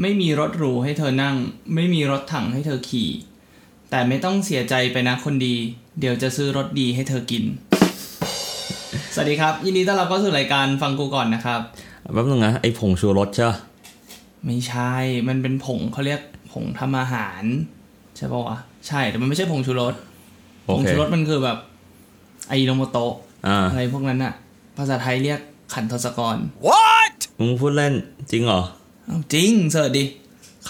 ไม่มีรถหรูให้เธอนั่ง ไม่มีรถถังให้เธอขี่ แต่ไม่ต้องเสียใจไปนะคนดี เดี๋ยวจะซื้อรถดีให้เธอกิน สวัสดีครับ ยินดีต้อนรับเข้าสู่รายการฟังกูก่อนนะครับ แป๊บนึงนะไอ้ผงชูรสใช่ปะ ไม่ใช่ มันเป็นผงเขาเรียกผงทำอาหาร ใช่ปะวะ ใช่ แต่มันไม่ใช่ผงชูรส ผ โอง เค ชูรสมันคือแบบไอโนโมโตะ อ่า อะไรพวกนั้นอะภาษาไทยเรียกขันทศกร มึงพูดเล่นจริงเหรอ อ้าวจริงเสิร์ชดิ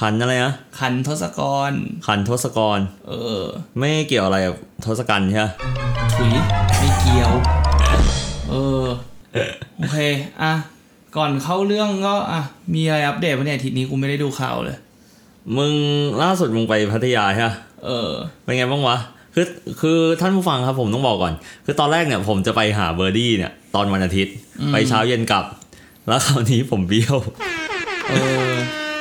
ขันอะไรนะ ขันทศกร ขันทศกร เออ ไม่เกี่ยวอะไรกับทศกัณฐ์ใช่ปะ ถุยไม่เกี่ยว เออ โอเค อ่ะ ก่อนเข้าเรื่องก็ อ่ะ มีอะไรอัปเดตวะเนี่ยอาทิตย์นี้กูไม่ได้ดูข่าวเลย มึงล่าสุดมึงไปพัทยาใช่ปะ เออ เป็นไงบ้างวะคือคือท่านผู้ฟังครับผมต้องบอกก่อน คือตอนแรกเนี่ยผมจะไปหาเบอร์ดี้เนี่ย ตอนวันอาทิตย์ ไปเช้าเย็นกลับ แล้วคราวนี้ผมเบี้ยว เออ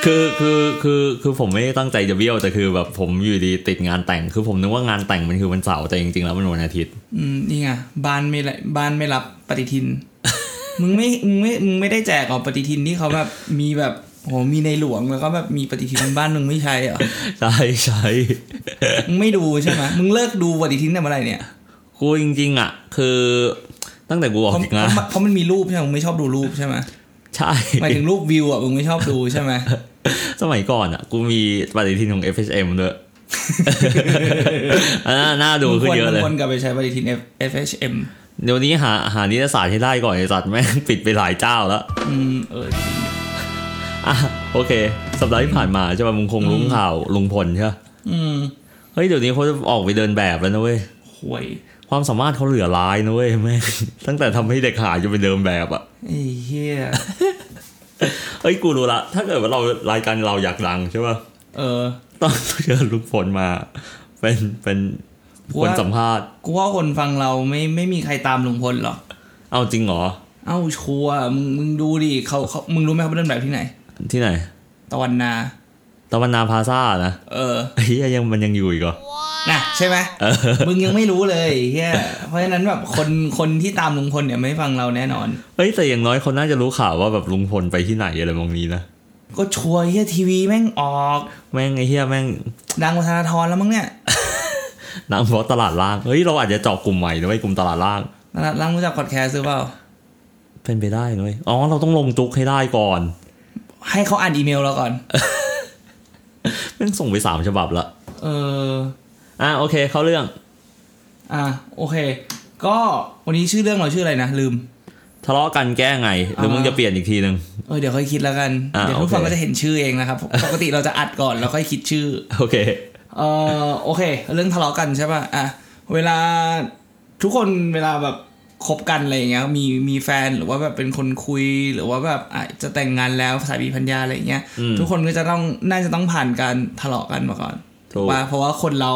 คือคือคือคือผมไม่ได้ตั้งใจจะเบี้ยวแต่คือแบบผมอยู่ดีติดงานแต่ง คือผมนึกว่างานแต่งมันคือวันเสาร์แต่จริงๆแล้วมันวันอาทิตย์ อืม นี่ไง บ้านไม่ไรบ้านไม่รับปฏิทิน มึงไม่ มึงไม่ มึงไม่ได้แจกออกปฏิทินที่เขาแบบ มีแบบ โห มีในหลวงแล้วก็แบบมีปฏิทินบ้านมึงไม่ใช่เหรอ ใช่ใช่ มึงไม่ดูใช่ไหมมึงเลิกดูปฏิทินแต่เมื่อไหร่เนี่ย กูจริงๆอ่ะ คือตั้งแต่กูออก เพราะ จาก เพ งาน ราะเพราะมันมีรูปใช่ไหมมึงไม่ชอบดูรูปใช่ไหม ใช่ หมายถึงรูปวิวอ่ะ มึงไม่ชอบดูใช่ไหม สมัยก่อนอ่ะ กูมีปฏิทินของ FHM ด้วย อันน่าน่าดูขึ้นเยอะเลย คนกลับไปใช้ปฏิทิน F- FHM เดี๋ยวนี้หาหานิตยสารให้ได้ก่อนไอ้สัตว์แม่งปิดไปหลายเจ้าแล้ว อืมเออจริง อ่ะ โอเค สัปดาห์ที่ผ่านมาใช่ป่ะมึงคงรู้ข่าวลุงพลใช่ปะ อืม เฮ้ย เดี๋ยวนี้เขาจะออกไปเดินแบบแล้วนะเว้ย ห่วย ความสามารถเขาเหลือร้ายนะเว้ย แม่งตั้งแต่ทำให้เด็กหายจนไปเดินแบบอ่ะ ไอ้เหี้ย เอ้ยกูรู้ละ ถ้าเกิดว่าเรารายการเราอยากดังใช่ป่ะ เออ ต้องเชิญลุงพลมา เป็นเป็นคนสัมภาษณ์ กูว่าคนฟังเราไม่ไม่มีใครตามลุงพลหรอก เอาจริงเหรอ เอ้าชัวร์มึงมึงดูดิเขาเขามึงรู้ไหมเขาไปเดินแบบที่ไหน ที่ไหน ตะวันนา ตะวันนาพลาซ่านะ เออ เฮียยังมันยังอยู่อีกเหรอ น่ะใช่ไหมมึงยังไม่รู้เลยไอ้เฮียเพราะฉะนั้นแบบคนคนที่ตามลุงพลเนี่ยไม่ฟังเราแน่นอน เอ้ยแต่อย่างน้อยคนน่าจะรู้ข่าวว่าแบบลุงพลไปที่ไหนอะไรบางนี้นะ ก็ชัวร์ไอ้เฮียทีวีแม่งออก แม่งไอ้เฮียแม่ง ดังกว่าธนาธรแล้วมั้งเนี่ย นางเพราะตลาดล่างเฮ้ยเราอาจจะเจาะกลุ่มใหม่นะเว้ยกลุ่มตลาดล่าง ตลาดล่างรู้จักพอดแคสต์หรือเปล่า เป็นไปได้นะเว้ยอ๋อเราต้องลงจุกให้ได้ก่อน ให้เขาอ่านอีเมลเราก่อน แม่งส่งไปสามฉบับละ เออ อ่ะโอเค เข้าเรื่อง อ่ะโอเค ก็วันนี้ชื่อเรื่องเราชื่ออะไรนะ ลืม ทะเลาะกันแก้ไง หรือมึงจะเปลี่ยนอีกทีหนึ่ง เออเดี๋ยวค่อยคิดแล้วกัน อ่า เดี๋ยวผู้ฟัง โอเค ก็จะเห็นชื่อเองนะครับ ปกติเราจะอัดก่อนแล้วค่อยคิดชื่อ โอเค เออโอเค เรื่องทะเลาะกันใช่ป่ะอ่ะเวลาทุกคนเวลาแบบคบกันอะไรอย่างเงี้ยมีมีแฟนหรือว่าแบบเป็นคนคุยหรือว่าแบบอ่ะจะแต่งงานแล้วสามีพัญญาอะไรอย่างเงี้ย อืม ทุกคนก็จะต้องน่าจะต้องผ่านการทะเลาะกันมาก่อน ถูก ว่าเพราะว่าคนเรา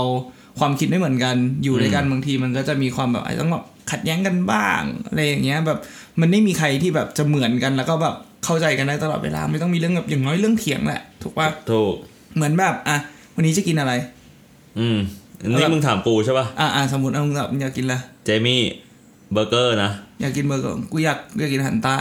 ความคิดไม่เหมือนกันอยู่ด้วยกันบางทีมันก็จะมีความแบบอาจจะต้องแบบขัดแย้งกันบ้างอะไรอย่างเงี้ยแบบมันไม่มีใครที่แบบจะเหมือนกันแล้วก็แบบเข้าใจกันได้ตลอดเวลาไม่ต้องมีเรื่องแบบอย่างน้อยเรื่องเถียงแหละถูกป่ะ ถูก เหมือนแบบอ่ะวันนี้จะกินอะไร อืมนี่มึงถามกูใช่ป่ะ อ่าอ่าสมมติเอาแบบอยากกินอะไร เจมี่เบอร์เกอร์นะ อยากกินเบอร์เกอร์กูอยากอยากกินอาหารใต้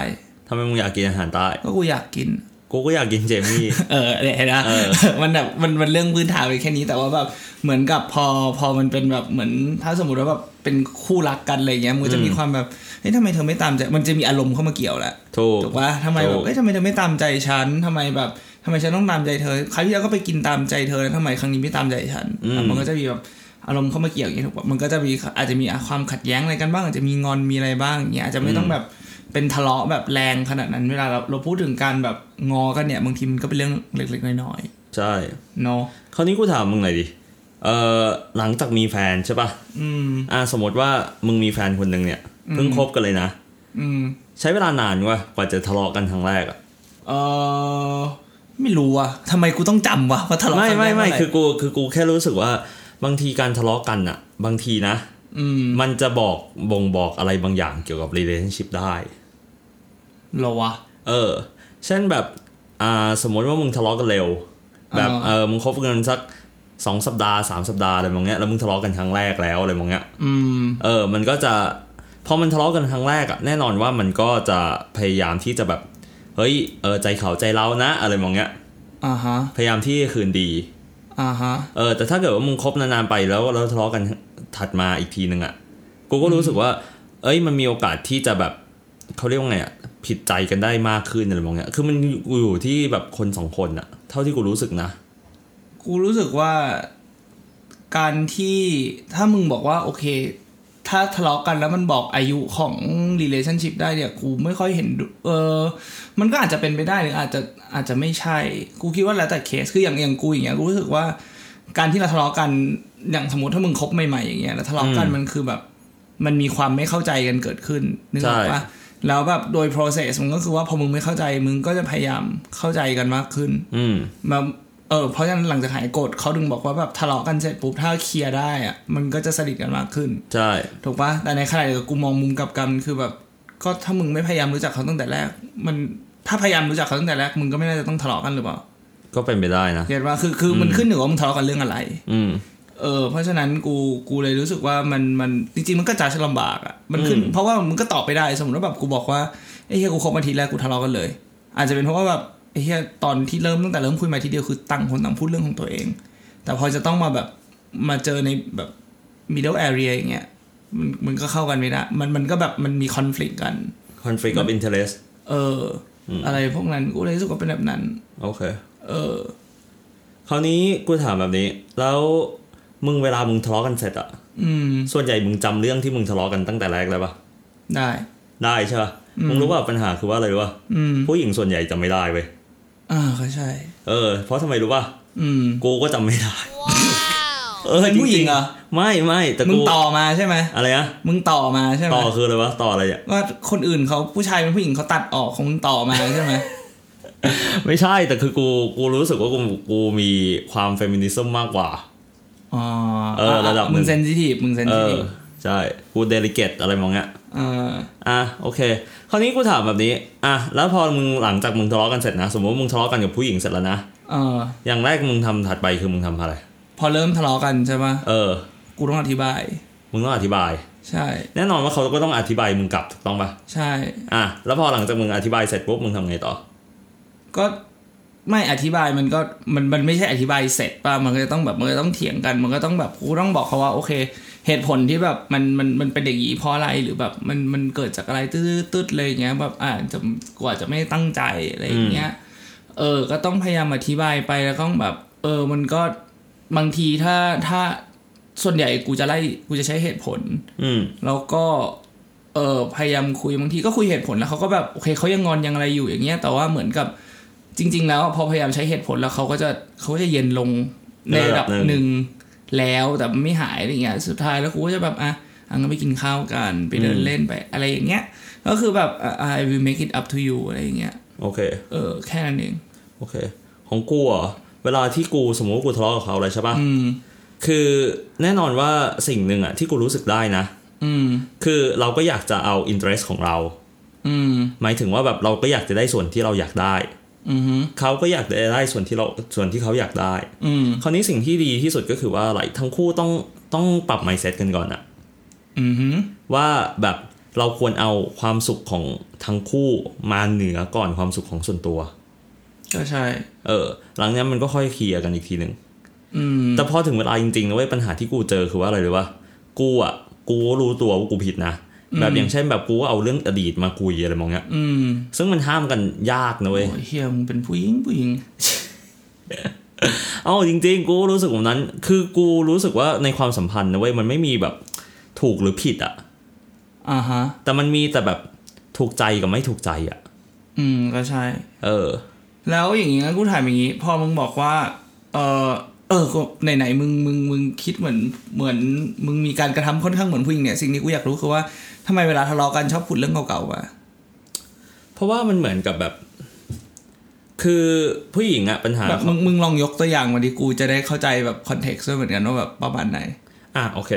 ทำไมมึงอยากกินอาหารใต้ ก็กูอยากกิน กูก็อยากกินเจ มี่ เออเนี่ยเห็นปะ เออ มันแบบมันมันเรื่องพื้นฐานไปแค่นี้แต่ว่าแบบเหมือนกับพอพอมันเป็นแบบเหมือนถ้าสมมติว่าแบบเป็นคู่รักกันอะไรเงี้ยมันก็จะมีความแบบเฮ้ยทำไมเธอไม่ตามใจมันจะมีอารมณ์เข้ามาเกี่ยวแหละ ถูก ถูกปะทำไมแบ ถู บ ก เอ้ยทำไมเธอไม่ตามใจฉันทำไมแบบทำไมฉันต้องตามใจเธอครั้งที่แล้วก็ไปกินตามใจเธอแล้วทำไมครั้งนี้ไม่ตามใจฉันอ่ะมันก็จะมีแบบอารมณ์เข้ามาเกี่ยวอย่างเงี้ยถูกปะมันก็จะมีอาจจะมีความขัดแย้งอะไรกันบ้างอาจจะมีงอนมีอะไรบ้างอย่างเงี้ยอาจจะไม่ต้องแบบ เป็นทะเลาะแบบแรงขนาดนั้นเวลาเราเราพูดถึงการแบบงอกันเนี่ยบางทีมันก็เป็นเรื่องเล็กๆน้อย ใช่ ๆเนาะ คราวนี้กูถามมึงหน่อยดิ เอ่อ หลังจากมีแฟนใช่ป่ะ อืม อ่า สมมติว่ามึงมีแฟนคนหนึ่งเนี่ย เพิ่งคบกันเลยนะ อืม ใช้เวลานานว่ะกว่าจะทะเลาะกันครั้งแรกอะ เออไม่รู้อะทำไมกูต้องจำวะว่าทะเลาะ ไม่ กัน ไม่ไม่ เรื่องอะร คือกูคือกูแค่รู้สึกว่า บางทีการทะเลาะกันอะบางทีนะ อืม มันจะบอกบ่งบอกอะไรบางอย่างเกี่ยวกับ relationship ได้ เหรอวะ เออ เช่นแบบ อ่า สมมติว่ามึงทะเลาะกันเร็ว แบบ อ่า เออ มึงคบกันสักสองสัปดาห์สามสัปดาห์อะไรบางเงี้ย แล้วมึงทะเลาะกันครั้งแรกแล้วอะไรบางเงี้ย อืม เออ มันก็จะ พอมันทะเลาะกันครั้งแรกอะแน่นอนว่ามันก็จะพยายามที่จะแบบ เฮ้ย เออ ใจเขาใจเรานะ อะไรมองเงี้ย อ่าฮะ พยายามที่จะคืนดี อ่าฮะ เออแต่ถ้าเกิดว่ามึงคบนานๆไปแล้วแล้วทะเลาะกันถัดมาอีกทีนึงอะ่ะกูก็รู้สึกว่า เอ้ยมันมีโอกาสที่จะแบบเขาเรียกว่าไงอะ่ะผิดใจกันได้มากขึ้นอะไรบางอย่างคือมันอยู่ที่แบบคนสองคนอะ่ะ เท่าที่กูรู้สึกนะ กูรู้สึกว่าการที่ถ้ามึงบอกว่า โอเค ถ้าทะเลาะกันแล้วมันบอกอายุของ relationship ได้เนี่ยกูไม่ค่อยเห็นดูเออ มันก็อาจจะเป็นไปได้หรืออาจจะอาจจะไม่ใช่ กูคิดว่าแล้วแต่เคสคืออย่างอย่างกูอย่างเงี้ยกูรู้สึกว่า การที่เราทะเลาะกันอย่างสมมติถ้ามึงคบใหม่ๆอย่างเงี้ยแล้วทะเลาะกัน อืม มันคือแบบ มันมีความไม่เข้าใจกันเกิดขึ้นนึกออก ใช่ ปะแล้วแบบโดย process มันก็คือว่าพอมึงไม่เข้าใจมึงก็จะพยายามเข้าใจกันมากขึ้น อืม แบบเออเพราะฉะนั้นหลังจากหายโกรธเขาถึงบอกว่าแบบทะเลาะกันเสร็จปุ๊บถ้าเคลียร์ได้อะมันก็จะสนิทกันมากขึ้น ใช่ ถูกปะแต่ในขณะเดียวกันกูมองมุมกลับกันคือแบบ ก็ถ้ามึงไม่พยายามรู้จักเขาตั้งแต่แรก มันถ้าพยายามรู้จักเขาตั้งแต่แรกมึงก็ไม่น่าจะต้องทะเลาะกันหรือเปล่า ก็เป็นไปได้นะ เห็นว่าคือคือมันขึ้นอยู่ว่ามึงทะเลาะกันเรื่องอะไร อืม เออเพราะฉะนั้นกูกูเลยรู้สึกว่ามันมันจริงๆมันก็จะลำบากอะ่ะมันขึ้น อืม เพราะว่ามันก็ตอบไปได้สมมติว่าแบบกูบอกว่าไอ้เฮียกูคบมาทีแรกกูทะเลาะกันเลย อาจจะเป็นเพราะว่าแบบไอ้เฮียตอนที่เริ่มตั้งแต่เริ่มคุยมาทีเดียวคือต่างคนต่างพูดเรื่องของตัวเอง แต่พอจะต้องมาแบบมาเจอในแบบ middle area อย่างเงี้ยมันมันก็เข้ากันไม่ได้มันมันก็แบบมันมี conflict กัน conflict of interest เออออะไรพวกนั้นกูเลยรู้สึกว่าเป็นแบบนั้น โอเค เออ คราวนี้กูถามแบบนี้ แล้วมึงเวลามึงทะเลาะกันเสร็จอะ อืม ส่วนใหญ่มึงจำเรื่องที่มึงทะเลาะกันตั้งแต่แรกได้ปะ ได้ ได้ใช่ปะมึงรู้ว่าปัญหาคือว่าอะไรรู้ปะ อืม ผู้หญิงส่วนใหญ่จำไม่ได้เว้ย อ่าก็ใช่ เออเพราะทำไมรู้ปะ อืม กูก็จำไม่ได้ เออ เป็นผู้หญิงเหรอ จๆไม่ไม่แต่ มึ กู งต่อมาใช่ไหม อะไรนะ มึงต่อมาใช่ไหม ต่อคืออะไรวะต่ออะไรอ่ะ ว่าคนอื่นเขาผู้ชายเป็นผู้หญิงเขาตัดออกของมึงต่อมาใช่ไหม ไม่ใช่แต่คือกูกูรู้สึกว่ากูกูมีความเฟมินิซึมมากกว่า อ๋อ เออระดับหนึ่ง มึงเซนซิทีฟมึงเซน เอ ซิ อ ทีฟ ใช่กูเดลิเกตอะไรมองเงี้ย เออ อ่ะโอเคคราวนี้กูถามแบบนี้อ่ะแล้วพอมึงหลังจากมึงทะเลาะกันเสร็จนะ สมมติว่ามึงทะเลาะกันกับผู้หญิงเสร็จแล้วนะ เออ อย่างแรกมึงทำถัดไปคือมึงทำอะไร พอเริ่มทะเลาะกันใช่ปะ เออ กูต้องอธิบาย มึงต้องอธิบาย ใช่ แน่นอนว่าเขาก็ต้องอธิบายมึงกลับถูกต้องปะ ใช่ อ่ะแล้วพอหลังจากมึงอธิบายเสร็จปุ๊บมึงทำไงต่อ ก็ไม่อธิบายมันก็มันมันไม่ใช่อธิบายเสร็จป่ะมันก็จะต้องแบบมันก็ต้องเถียงกัน มันก็ต้องแบบกูต้องบอกเขาว่าโอเค เหตุผลที่แบบมันมันมันเป็นอย่างนี้เพราะอะไรหรือแบบมันมันเกิดจากอะไรตืดตืดเลยอย่างเงี้ยแบบอ่าจะกว่าจะไม่ตั้งใจอะไรอย่างเงี้ยเออ ก็ต้องพยายามอธิบายไปแล้วก็แบบ เออมันก็บางทีถ้าถ้าส่วนใหญ่กูจะไล่กูจะใช้เหตุผล อืม แล้วก็ เออพยายามคุยบางทีก็คุยเหตุผลแล้วเขาก็แบบโอเคเขายังงอนยังอะไรอยู่อย่างเงี้ย แต่ว่าเหมือนกับจริง ๆ แล้วพอพยายามใช้เหตุผลแล้วเขาก็จะเขาก็จะเย็นลงในระดับ ในระดับห ห นึ่ นึ่ ง งแล้วแต่ไม่หายอะไรเงี้ยสุดท้ายแล้วกูก็จะแบบอ่ะอังก็ไปกินข้าวกันไปเดินเล่นไปอะไรอย่างเงี้ย ก็คือแบบอ่ะ I will make it up to you อะไรอย่างเงี้ย โอเค เออแค่นั้นเอง โอเค ของกูเหรอ่ะเวลาที่กูสมมติว่ากูทะเลาะกับเขาอะไรใช่ปะ อืม คือแน่นอนว่าสิ่งหนึ่งอ่ะที่กูรู้สึกได้นะ อืม คือเราก็อยากจะเอาอินเทรสของเรา อืม หมายถึงว่าแบบเราก็อยากจะได้ส่วนที่เราอยากได้ อืม เขาก็อยากจะได้ส่วนที่เราส่วนที่เขาอยากได้ อืม คราวนี้สิ่งที่ดีที่สุดก็คือว่าอะไรทั้งคู่ต้องต้องปรับ mindset กันก่อนอะ อืม ว่าแบบเราควรเอาความสุขของทั้งคู่มาเหนือก่อนความสุขของส่วนตัว ก็ใช่ เออ หลังจากนั้นมันก็ค่อยเคลียร์กันอีกทีหนึ่ง อืม แต่พอถึงเวลาจริงๆนะเว้ยปัญหาที่กูเจอคือว่าอะไรรู้ป่ะกูอ่ะกูก็รู้ตัวว่ากูผิดนะ แบบอย่างเช่นแบบกูก็เอาเรื่องอดีตมาคุยอะไรมองเงี้ย อืม ซึ่งมันห้ามกันยากนะเว้ย โอ้ยเฮียมึงเป็นผู้หญิงผู้หญิง เอาจริง ๆ กูก็รู้สึกแบบนั้น คือกูรู้สึกว่าในความสัมพันธ์นะเว้ยมันไม่มีแบบถูกหรือผิดอ่ะ อ่าฮะ แต่มันมีแต่แบบถูกใจกับไม่ถูกใจอ่ะ อืมก็ใช่ เออ แล้วอย่างงี้งั้นกูถามอย่างงี้ พอมึงบอกว่า เออเออกูไหนไหนๆมึงมึงมึงคิดเหมือนเหมือนมึงมีการกระทำค่อนข้างเหมือนผู้หญิงเนี่ยสิ่งที่กูอยากรู้คือว่าทำไมเวลาทะเลาะกันชอบพูดเรื่องเก่าๆอ่ะ เพราะว่ามันเหมือนกับแบบ คือผู้หญิงอ่ะปัญหา แบบมึงมึงลองยกตัวอย่างมาดิกูจะได้เข้าใจแบบคอนเท็กซ์ด้วยเหมือนกันว่าแบบประมาณไหน อ่ะโอเค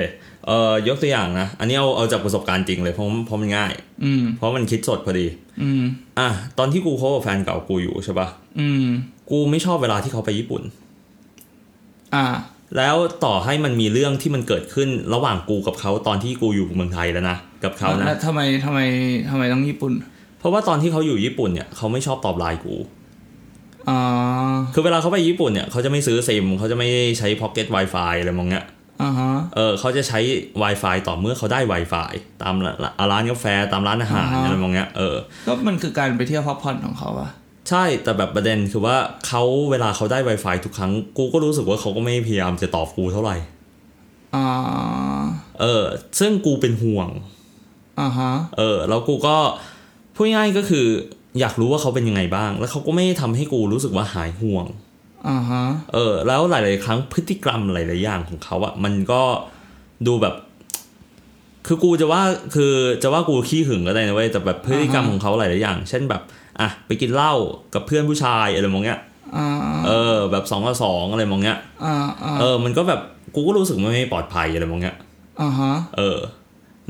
เอ่อยกตัวอย่างนะอันนี้เอาเอาจากประสบการณ์จริงเลยเพราะเพราะมันง่าย อืม เพราะมันคิดสดพอดี อืม อ่ะตอนที่กูคบกับแฟนเก่ากูอยู่ใช่ปะ อืม กูไม่ชอบเวลาที่เขาไปญี่ปุ่น อ่า แล้วต่อให้มันมีเรื่องที่มันเกิดขึ้นระหว่างกูกับเขาตอนที่กูอยู่เมืองไทยแล้วนะกับเขานะ แล้วทำไมทำไมทำไมต้องญี่ปุ่น เพราะว่าตอนที่เขาอยู่ญี่ปุ่นเนี่ยเขาไม่ชอบตอบไลน์กู อ๋อ คือเวลาเขาไปญี่ปุ่นเนี่ยเขาจะไม่ซื้อซิมเขาจะไม่ใช้พ็อกเก็ต Wi-Fi อะไรมองเนี้ย อ่าฮะ เออเขาจะใช้ Wi-Fi ต่อเมื่อเขาได้ Wi-Fi ตามร้านร้านกาแฟตามร้านอาหารอะไรมองเนี้ยเออ ก็มันคือการไปเที่ยวพักผ่อนของเขาอะ ใช่แต่แบบประเด็นคือว่าเขาเวลาเขาได้ Wi-Fi ทุกครั้งกูก็รู้สึกว่าเขาก็ไม่พยายามจะตอบกูเท่าไหร่ อ่า เออ ซึ่งกูเป็นห่วง อ่าฮะ เออ แล้วกูก็พูดง่ายๆก็คืออยากรู้ว่าเขาเป็นยังไงบ้าง แล้วเขาก็ไม่ทำให้กูรู้สึกว่าหายห่วง อ่าฮะ เออ แล้วหลาย ๆ ครั้งพฤติกรรมหลาย ๆ อย่างของเขาอะมันก็ดูแบบ คือกูจะว่าคือจะว่ากูขี้หึงก็ได้นะเว้ยแต่แบบพฤติกรรมของเขาหลาย ๆ อย่าง เช่นแบบอ่ะไปกินเหล้ากับเพื่อนผู้ชายอะไรมองเงี้ย อ่า เออ แบบสองต่อสองอะไรมองเงี้ย อ่าอ่า เออ มันก็แบบกูก็รู้สึกมันไม่ปลอดภัยอะไรมองเงี้ย อ่าฮะ เออ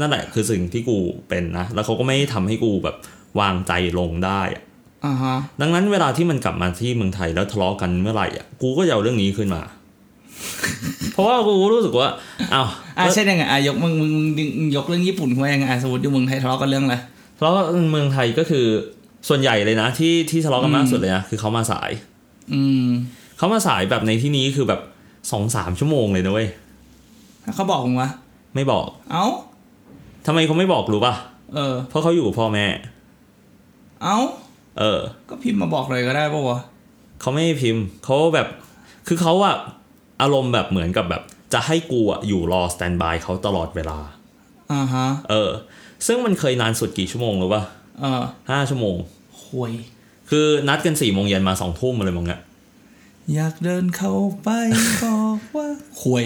นั่นแหละคือสิ่งที่กูเป็นนะ แล้วเขาก็ไม่ทำให้กูแบบวางใจลงได้อะ อ่าฮะ ดังนั้นเวลาที่มันกลับมาที่เมืองไทยแล้วทะเลาะกันเมื่อไหร่อ่ะ กูก็จะเอาเรื่องนี้ขึ้นมา เพราะว่ากูรู้สึกว่า อ้าว อ่าเช่นยังไงอ่ะยกมึงมึงมึงดึงมึงยกเรื่องญี่ปุ่นขึ้นมายังไงอ่ะสมมติอยู่เมืองไทยทะเลาะกันเรื่องอะไร ทะเลาะกันเมืองไทยก็คือส่วนใหญ่เลยนะ ที่ที่ทะเลาะกันมากสุดเลยนะคือเขามาสาย อืม เขามาสายแบบในที่นี้คือแบบสองสามชั่วโมงเลยนะเว้ย เขาบอกมึงวะ ไม่บอก เอ้า ทำไมเขาไม่บอกรู้ป่ะ เออ เพราะเขาอยู่กับพ่อแม่ เอ้า เออ ก็พิมพ์มาบอกเลยก็ได้ปะวะ เขาไม่ให้พิมพ์เขาแบบ คือเขาอะอารมณ์แบบเหมือนกับแบบ จะให้กูอะอยู่รอสแตนบายเขาตลอดเวลา อ่าฮะ เออ ซึ่งมันเคยนานสุดกี่ชั่วโมงหรือปะ เออ ห้าชั่วโมง ห่วย คือนัดกันสี่โมงเย็นมาสองทุ่มอะไรมองเงี้ย อยากเดินเข้าไป บอกว่าห่วย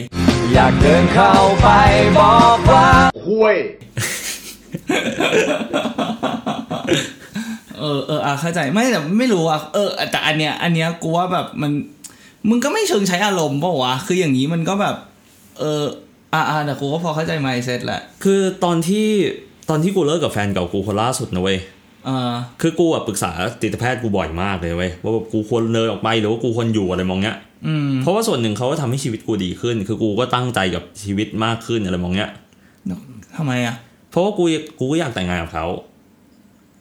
อยากเดินเข้าไปบอกว่า 会。 เออเอออ่ะเข้าใจไม่แต่ไม่รู้อ่ะเออแต่อันเนี้ยอันเนี้ยกูว่าแบบมันมึงก็ไม่เชิงใช้อารมณ์เปล่าวะคืออย่างนี้มันก็แบบ เอออ่ะอ่ะแต่กูก็พอเข้าใจไมเซ็ตแหละ คือตอนที่ตอนที่กูเลิกกับแฟนเก่ากูคนล่าสุดนะเว้ย เออ คือกูอะปรึกษาจิตแพทย์กูบ่อยมากเลยเว้ยว่าแบบกูควรเลยออกไปหรือว่ากูควรอยู่อะไรมองเงี้ย อืม เพราะว่าส่วนหนึ่งเขาก็ทำให้ชีวิตกูดีขึ้น คือกูก็ตั้งใจกับชีวิตมากขึ้นอะไรมองเงี้ย ทำไมอ่ะ เพราะว่ากูกูก็อยากแต่งงานกับเขา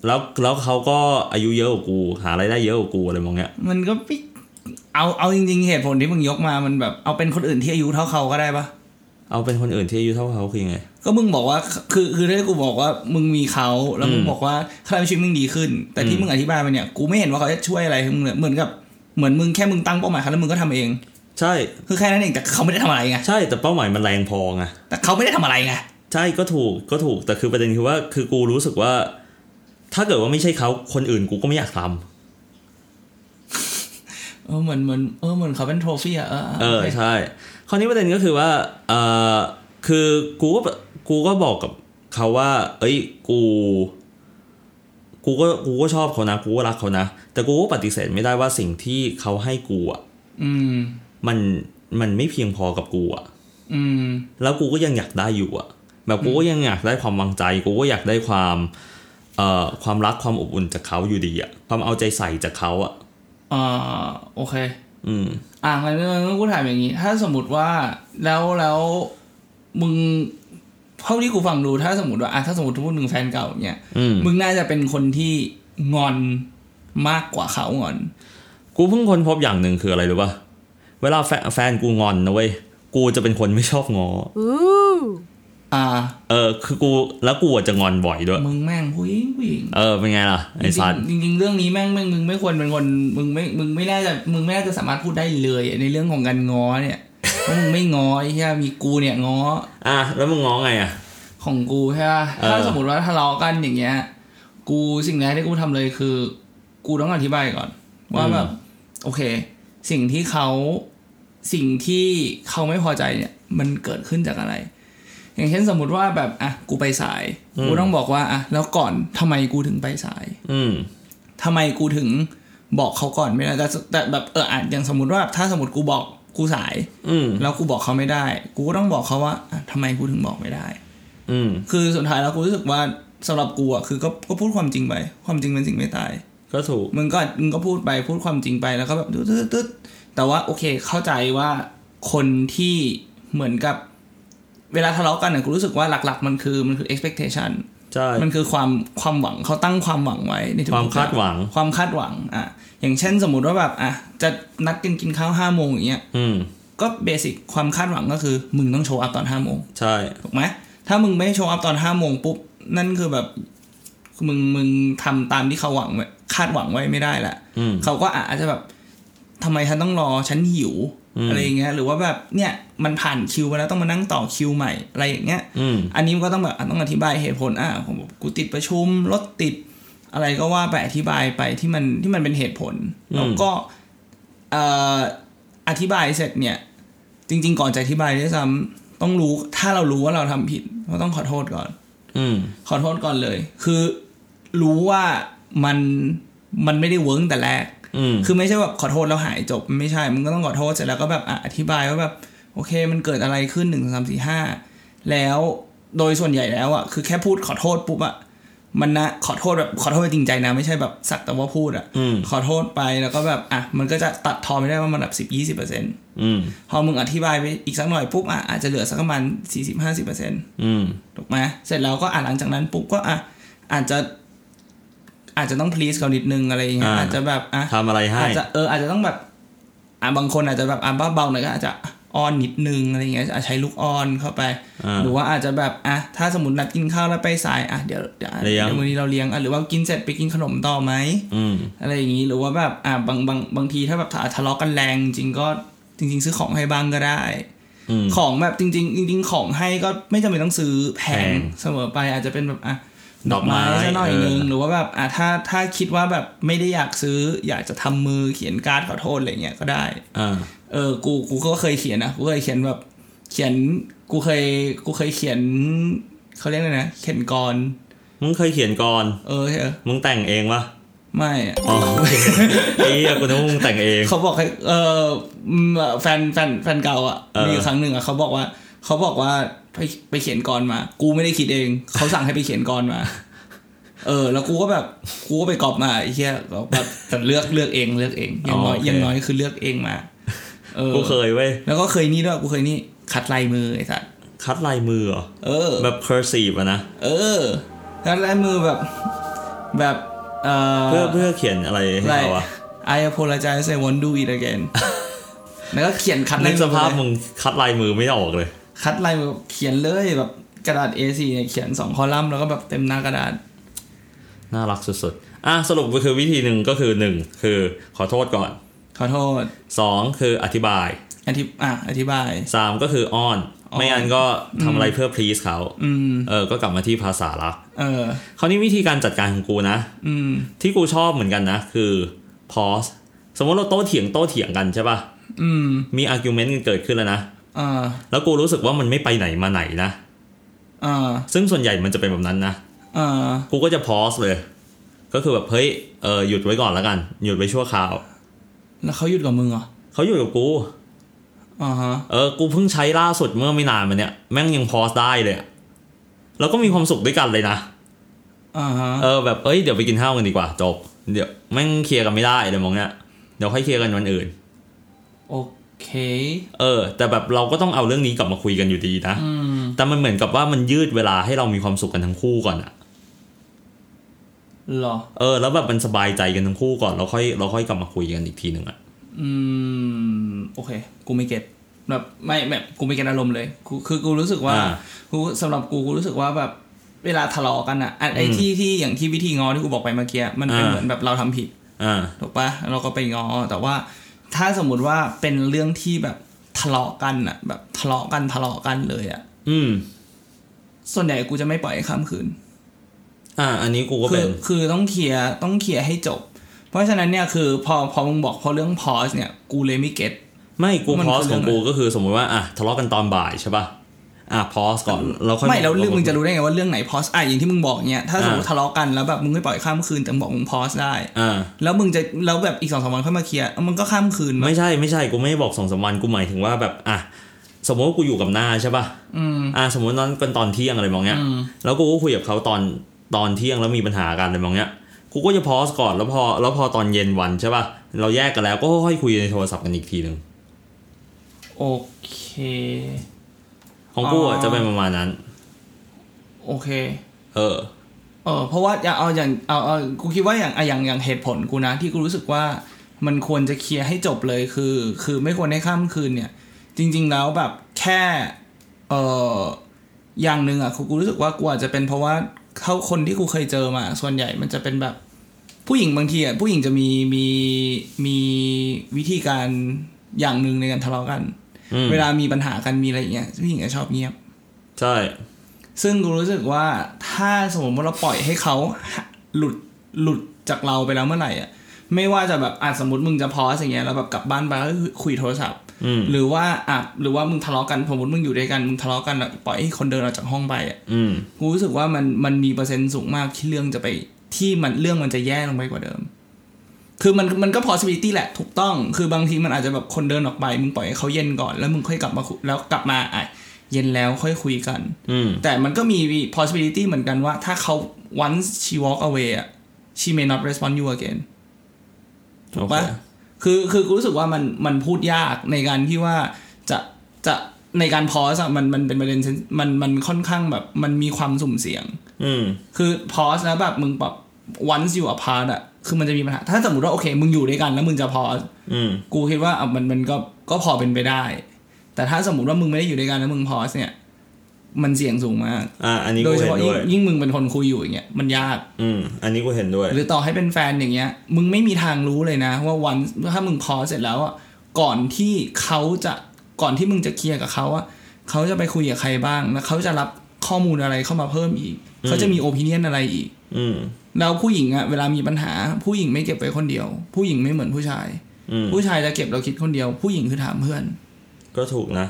แล้วแล้วเขาก็อายุเยอะกว่ากู หารายได้เยอะกว่ากูอะไรมองเงี้ย มันก็ไม่เอาเอาจริง ๆ เหตุผลที่มึงยกมามันแบบเอาเป็นคนอื่นที่อายุเท่าเขาก็ได้ปะ เอาเป็นคนอื่นที่อายุเท่าเขาคือยังไง ก็มึงบอกว่าคือคือได้กูบอกว่ามึงมีเขาแล้วมึง อืม บอกว่าเขาทำให้ชีวิตมึงดีขึ้น แต่ อื ที่ ม มึงอธิบายมาเนี่ยกูไม่เห็นว่าเขาจะช่วยอะไรให้มึงเลยเหมือนกับเหมือนมึงแค่มึงตั้งเป้าหมายเขาแล้วมึงก็ทำเอง ใช่ คือแค่นั้นเองแต่เขาไม่ได้ทำอะไรไง ใช่แต่เป้าหมายมันแรงพอไง แต่เขาไม่ได้ทำอะไรไง ใช่ก็ถูกก็ถูกแต่คือประเด็นคือว่าคือกูรู้สึกว่า ถ้าเกิดว่าไม่ใช่เขาคนอื่นกูก็ไม่อยากทำ เออเหมือนเหมือนเออเหมือนเขาเป็นโทรฟี่อะเออ เออ โค ใช่ข้อนี้ประเด็นก็คือว่าเออคือกูก็กูก็บอกกับเขาว่า เอ้ยกู กูก็กูก็ชอบเขานะกูก็รักเขานะแต่กูก็ปฏิเสธไม่ได้ว่าสิ่งที่เขาให้กูอะ อืม มันมันไม่เพียงพอกับกูอะ อืม แล้วกูก็ยังอยากได้อยู่อะแบบกูก็ยังอยากได้ความวางใจ กูก็อยากได้ความเอ่อความรักความอบอุ่นจากเขาอยู่ดีอะความเอาใจใส่จากเขาอะ เออโอเค อืม อ่ะงั้นงั้นกูถามอย่างนี้ ถ้าสมมติว่าแล้วแล้วมึงเท่าที่กูฟังดูถ้าสมมติว่าอ่ะถ้าสมมติพูดถึงแฟนเก่าเนี่ย อืม มึงน่าจะเป็นคนที่งอนมากกว่าเขางอน กูเพิ่งค้นพบอย่างหนึ่งคืออะไรรู้ป่ะเวลาแฟนแฟนกูงอนนะเว้ยกูจะเป็นคนไม่ชอบงอ อ่า เออคือกูแล้วกูอะจะงอนบ่อยด้วย มึงแม่งผู้หญิงผู้หญิง เออเป็นไงล่ะไอ้สัตว์ จริงๆจริงๆเรื่องนี้แม่งแม่งมึงไม่ควรเป็นคนมึงไม่มึงไม่น่าจะมึงไม่น่าจะสามารถพูดได้เลย ในเรื่องของการง้อเนี่ย เพราะมึงไม่ง้อไอ้เหี้ยมีกูเนี่ยง้อ อ่ะแล้วมึงงอไงอะ ของกูใช่ป่ะ เออ ถ้าสมมติว่าทะเลาะกันอย่างเงี้ย กูสิ่งแรกที่กูทำเลยคือ กูต้องอธิบายก่อน ว่าแบบ โอเค สิ่งที่เขาสิ่งที่เขาไม่พอใจเนี่ย มันเกิดขึ้นจากอะไร อย่างเช่นสมมติว่าแบบอ่ะกูไปสาย กูต้องบอกว่าอ่ะแล้วก่อนทำไมกูถึงไปสาย อืม ทำไมกูถึงบอกเขาก่อนไม่ได้แต่แต่แบบเอออ่ะอย่างสมมติว่าแบบถ้าสมมติกูบอกกูสาย อืม แล้วกูบอกเขาไม่ได้ กูก็ต้องบอกเขาว่าอ่ะทำไมกูถึงบอกไม่ได้ อืม คือสุดท้ายแล้วกูรู้สึกว่าสำหรับกูอ่ะคือก็ก็พูดความจริงไป ความจริงเป็นสิ่งไม่ตาย ก็ถูก มึงก็มึงก็พูดไปพูดความจริงไปแล้วก็แบบตึ๊ดตึ๊ดตึ๊ดแต่ว่าโอเคเข้าใจว่าคนที่เหมือนกับ เวลาทะเลาะกันเนี่ยกูรู้สึกว่าหลัก ๆ มันคือมันคือ expectation ใช่ มันคือความความหวังเขาตั้งความหวังไว้ในทุกๆ ความคาดหวัง ความคาดหวังอ่ะอย่างเช่นสมมุติว่าแบบอ่ะจะนัดกันกินข้าวห้าโมงอย่างเงี้ย อืม ก็เบสิกความคาดหวังก็คือมึงต้องโชว์อัพตอนห้าโมง ใช่ ถูกไหมถ้ามึงไม่โชว์อัพตอนห้าโมงปุ๊บนั่นคือแบบมึงมึงทำตามที่เขาหวังไว้คาดหวังไว้ไม่ได้ละ อืม เขาก็อาจจะแบบทำไมฉันต้องรอฉันหิว อืม อะไรอย่างเงี้ยหรือว่าแบบเนี่ยมันผ่านคิวมาแล้วต้องมานั่งต่อคิวใหม่อะไรอย่างเงี้ย อืม อันนี้มันก็ต้องแบบอ่ะต้องอธิบายเหตุผลอ่ะผมบอกกูติดประชุมรถติด อะไรก็ว่าไปอธิบายไปที่มันที่มันเป็นเหตุผล อืม แล้วก็เอ่ออธิบายเสร็จเนี่ย จริง ๆ ก่อนจะอธิบายด้วยซ้ำต้องรู้ถ้าเรารู้ว่าเราทำผิดก็ต้องขอโทษก่อน อืม ขอโทษก่อนเลย คือรู้ว่ามันมันไม่ได้เวิร์กแต่แรก อืม คือไม่ใช่แบบขอโทษแล้วหายจบไม่ใช่ มันก็ต้องขอโทษเสร็จแล้วก็แบบอ่ะอธิบายว่าแบบโอเคมันเกิดอะไรขึ้นหนึ่งสองสามสี่ห้าแล้วโดยส่วนใหญ่แล้วอ่ะคือแค่พูดขอโทษปุ๊บอ่ะมันนะขอโทษแบบขอโทษจริงใจนะ ไม่ใช่แบบสักแต่ว่าพูดอ่ะ อืม ขอโทษไปแล้วก็แบบอ่ะมันก็จะตัดทอนไม่ได้ว่ามันแบบสิบยี่สิบเปอร์เซ็นต์ อืม พอมึงอธิบายไปอีกสักหน่อยปุ๊บอ่ะอาจจะเหลือสักประมาณสี่สิบห้าสิบเปอร์เซ็นต์ อืม ถูกไหมเสร็จแล้วก็อ่ะหลังจากนั้นปุ๊บก็อ่ะอาจจะ อาจจะต้อง please เขานิดนึงอะไรอย่างเงี้ย อ่า อาจจะแบบอ่ะ ทำอะไรให้ อาจจะเอออาจจะต้องแบบอ่ะบางคนอาจจะแบบอ่ะเบาๆหน่อยก็อาจจะอ้อนนิดนึงอะไรอย่างเงี้ยอาจจะใช้ลูกอ้อนเข้าไป อ่า หรือว่าอาจจะแบบอ่ะถ้าสมมตินัดกินข้าวแล้วไปสายอ่ะเดี๋ยวเดี๋ยว เลี้ยง เดี๋ยววันนี้เราเลี้ยงอ่ะหรือว่ากินเสร็จไปกินขนมต่อไหม อืม อะไรอย่างนี้หรือว่าแบบอ่าบางบางบางทีถ้าแบบทะทะเลาะกันแรงจริงๆก็จริง ๆ ซื้อของให้บ้างก็ได้ อืม ของแบบจริง ๆ จริง ๆ ของให้ก็ไม่จำเป็นต้องซื้อแพ แพ ง ง เสมอไปอาจจะเป็นแบบอ่ะ ดอกไม้ ซะหน่อยนึง เออ หรือว่าแบบอ่ะถ้าถ้าคิดว่าแบบไม่ได้อยากซื้อ อยากจะทำมือเขียนการ์ดขอโทษอะไรเงี้ยก็ได้ อ่า เออ กู กูก็เคยเขียนนะ กูเคยเขียนแบบ เขียน กูเคย กูเคยเขียนเขาเรียกอะไรนะ เขียนกร มึงเคยเขียนก่อน เออเออ มึงแต่งเองปะ ไม่อะ อ๋อโอเคไอ้เหี้ยกูนึกว่ามึงแต่งเอง เขาบอกให้เอออืมแฟนแฟนแฟนเก่าอ่ะ เออ มีอยู่ครั้งหนึ่งอ่ะเขาบอกว่าเขาบอกว่าไปไปเขียนกรมา กูไม่ได้คิดเอง เขาสั่งให้ไปเขียนกรมา เออ แล้วกูก็แบบกูก็ไปกรอบมาไอ้เหี้ยก็แบบแต่เลือกเลือกเองเลือกเองอย่างน้อยอย่างน้อยคือเลือกเองมา เออ กูเคยเว้ย แล้วก็เคยนี่ด้วยกูเคยนี่ขัดลายมือไอ้สัส คัดลายมือเหรอ เออ แบบ cursive อะนะ เออขัดลายมือแบบแบบเออ เพื่อเพื่อเขียนอะไรให้ ไร เราอะ ไอ apologize I won't do it again แล้วก็เขียนคัด นึ ลาย ก มือ สภาพ ไปเลย มึงคัดลายมือไม่ออกเลย คัดลายมือเขียนเลยแบบกระดาษ A4 เนี่ยเขียนสองคอลัมน์แล้วก็แบบเต็มหน้ากระดาษ น่ารักสุดๆ อ่ะสรุปก็คือวิธีหนึ่งก็คือหนึ่งคือขอโทษก่อน ขอโทษ สองคืออธิบาย อธิอ่ะอธิบาย สามก็คืออ้อน อ้อน ไม่งั้นก็ทำอะไรเพื่อ please เขา อืม เออ ก็กลับมาที่ภาษาละ เออ คราวนี้วิธีการจัดการของกูนะ อืม ที่กูชอบเหมือนกันนะคือ pause สมมติเราโต้เถียงโต้เถียงกันใช่ป่ะ อืม มี argument กันเกิดขึ้นแล้วนะ อ่า แล้วกูรู้สึกว่ามันไม่ไปไหนมาไหนนะ อ่า ซึ่งส่วนใหญ่มันจะเป็นแบบนั้นนะ อ่า กูก็จะ pause เลย ก็คือแบบเฮ้ย เออหยุดไว้ก่อนแล้วกัน หยุดไว้ชั่วคราว แล้วเขาหยุดกับมึงเหรอ เขาอยู่กับกู อ่าฮะ เออ กูเพิ่งใช้ล่าสุดเมื่อไม่นานมาเนี่ย แม่งยัง pause ได้เลยอะแล้วก็มีความสุขด้วยกันเลยนะ อ่าฮะ เออแบบเอ้ยเดี๋ยวไปกินข้าวกันดีกว่าจบ เดี๋ยวแม่งเคลียร์กันไม่ได้เดี๋ยวมองเนี่ยเดี๋ยวค่อยเคลียร์กันวันอื่น โอเค เออ แต่แบบเราก็ต้องเอาเรื่องนี้กลับมาคุยกันอยู่ดีนะ อืม แต่มันเหมือนกับว่ามันยืดเวลาให้เรามีความสุขกันทั้งคู่ก่อนอะ เหรอ เออแล้วแบบมันสบายใจกันทั้งคู่ก่อนเราค่อยเราค่อยกลับมาคุยกันอีกทีหนึ่งอะ อืม โอเค กูไม่เก็ตแบบไม่แบบกูไม่เก็ตอารมณ์เลยกูคือกูรู้สึกว่า อ่า กูสำหรับกูกูรู้สึกว่าแบบเวลาทะเลาะกันอ่ะอันไอ้ อืม ที่ที่อย่างที่วิธีงอที่กูบอกไปเมื่อกี้มันเป็น อ่า เหมือนแบบเราทำผิด อ่า ถูกปะเราก็ไปงอ แต่ว่าถ้าสมมุติว่าเป็นเรื่องที่แบบทะเลาะกันอ่ะ แบบทะเลาะกันทะเลาะกันเลยอ่ะ อืม ส่วนใหญ่กูจะไม่ปล่อยให้ข้ามคืน อ่า อันนี้กูก็ คื เป็ อน คือต้องเคลียร์ต้องเคลียร์ให้จบ เพราะฉะนั้นเนี่ยคือพอพอมึงบอกพอเรื่องพอสเนี่ยกูเลยไม่เก็ต ไม่กู มัน พอส คือ ของกู เรื่องอะไร ก็คือสมมุติว่าอ่ะทะเลาะกันตอนบ่ายใช่ป่ะอ่ะพอสก่อนเราค่อย ไม่แล้วเรื่องมึงจะ า รู้ได้ไงว่าเรื่องไหนพอสอ่ะอย่างที่มึงบอกเนี่ยถ้าสมมติ อ่า ทะเลาะกันแล้วแบบมึงไม่ปล่อยข้ามคืนแต่มึงบอกมึงพอสได้ อ่า แล้วมึงจะแล้วแบบอีกสองสามวันค่อยมาเคลียร์มันก็ข้ามคืนมา ไม่ใช่ไม่ใช่กูไม่ได้บอกสองสามวันกูหมายถึงว่าแบบอ่ะสมมติว่ากูอยู่กับหน้าใช่ป่ะ อืม อ่ะสมมตินั้นกันตอนเที่ยงอะไรมองเนี้ย อืม แล้วกูก็คุยกับเขาตอนตอนเที่ยงแล้วมีปัญหากันอะไรมองเนี้ยกูก็จะพอสก่อนแล้วพอแล้วพอตอนเย็นวันใช่ป่ะเราแยกกันแล้วก็ค่อยคุยในโทรศัพท์กันอีกทีหนึ่ง โอเค ของกูอ่ะ อ๋อ จะเป็นประมาณนั้น โอเค เออ เออเพราะว่าอย่าเอาอย่างเอาเอากูคิดว่าอย่างอ่ะอย่างอย่างเหตุผลกูนะ ที่กูรู้สึกว่ามันควรจะเคลียร์ให้จบเลยคือ คือไม่ควรให้ข้ามคืนเนี่ย จริง ๆ แล้วแบบแค่เอออย่างหนึ่งอ่ะกูกูรู้สึกว่ากูอาจจะเป็นเพราะว่าเขาคนที่กูเคยเจอมา ส่วนใหญ่มันจะเป็นแบบ ผู้หญิงบางทีอ่ะผู้หญิงจะมีมีมีวิธีการอย่างหนึ่งในการทะเลาะกัน อืม เวลามีปัญหากันมีอะไรอย่างเงี้ยผู้หญิงจะชอบเงียบ ใช่ ซึ่งกูรู้สึกว่าถ้าสมมติว่าเราปล่อยให้เขาหลุดหลุดจากเราไปแล้วเมื่อไหร่อ่ะไม่ว่าจะแบบอ่ะสมมติมึงจะพอสอย่างเงี้ยแล้วแบบกลับบ้านไปแล้วคุยโทรศัพท์ อืม หรือว่าอ่ะหรือว่ามึงทะเลาะกันสมมติมึงอยู่ด้วยกันมึงทะเลาะกันแล้วปล่อยให้คนเดินออกจากห้องไปอ่ะ อืม กูรู้สึกว่ามันมันมีเปอร์เซ็นต์สูงมากที่เรื่องจะไปที่มันเรื่องมันจะแย่ลงไปกว่าเดิม คือมันมันก็ possibility แหละถูกต้อง คือบางทีมันอาจจะแบบคนเดินออกไปมึงปล่อยให้เขาเย็นก่อนแล้วมึงค่อยกลับมาคุยแล้วกลับมาอ่ะเย็นแล้วค่อยคุยกัน อืม แต่มันก็มี possibility เหมือนกันว่าถ้าเขา once she walk away อะ she may not respond you again โอเค ว่าคือคือกูรู้สึกว่ามันมันพูดยากในการที่ว่าจะจะในการพอสมันมันเป็นประเด็น sen- มันมันค่อนข้างแบบมันมีความสุ่มเสี่ยง อืม คือพอสแล้วแบบมึงแบบ once you apart อะคือมันจะมีปัญหา ถ้าสมมติว่าโอเค มึงอยู่ด้วยกันแล้วมึงจะพอส อืม กูคิดว่าอ่ะมันมันก็ก็พอเป็นไปได้ แต่ถ้าสมมติว่ามึงไม่ได้อยู่ด้วยกันแล้วมึงพอสเนี่ย มันเสี่ยงสูงมาก อ่า อันนี้ โด กู ยเฉ เห็น พาะ ด้ ยิ่ ว ง ย ยิ่งมึงเป็นคนคุยอยู่อย่างเงี้ยมันยาก อืม อันนี้กูเห็นด้วย หรือต่อให้เป็นแฟนอย่างเงี้ย มึงไม่มีทางรู้เลยนะ ว่าวันถ้ามึงพอเสร็จแล้วอ่ะก่อนที่เขาจะก่อนที่มึงจะเคลียร์กับเขาอ่ะเขาจะไปคุยกับใครบ้างแล้วเขาจะรับข้อมูลอะไรเข้ามาเพิ่มอีก เขาจะมีโอ i ิเนียนอะไรอีก อืม แล้วผู้หญิงอ่ะเวลามีปัญหา ผู้หญิงไม่เก็บไว้คนเดียว ผู้หญิงไม่เหมือนผู้ชาย อืม ผู้ชายจะเก็บเราคิดคนเดียว ผู้หญิงคือถามเพื่อน ก็ถูกนะ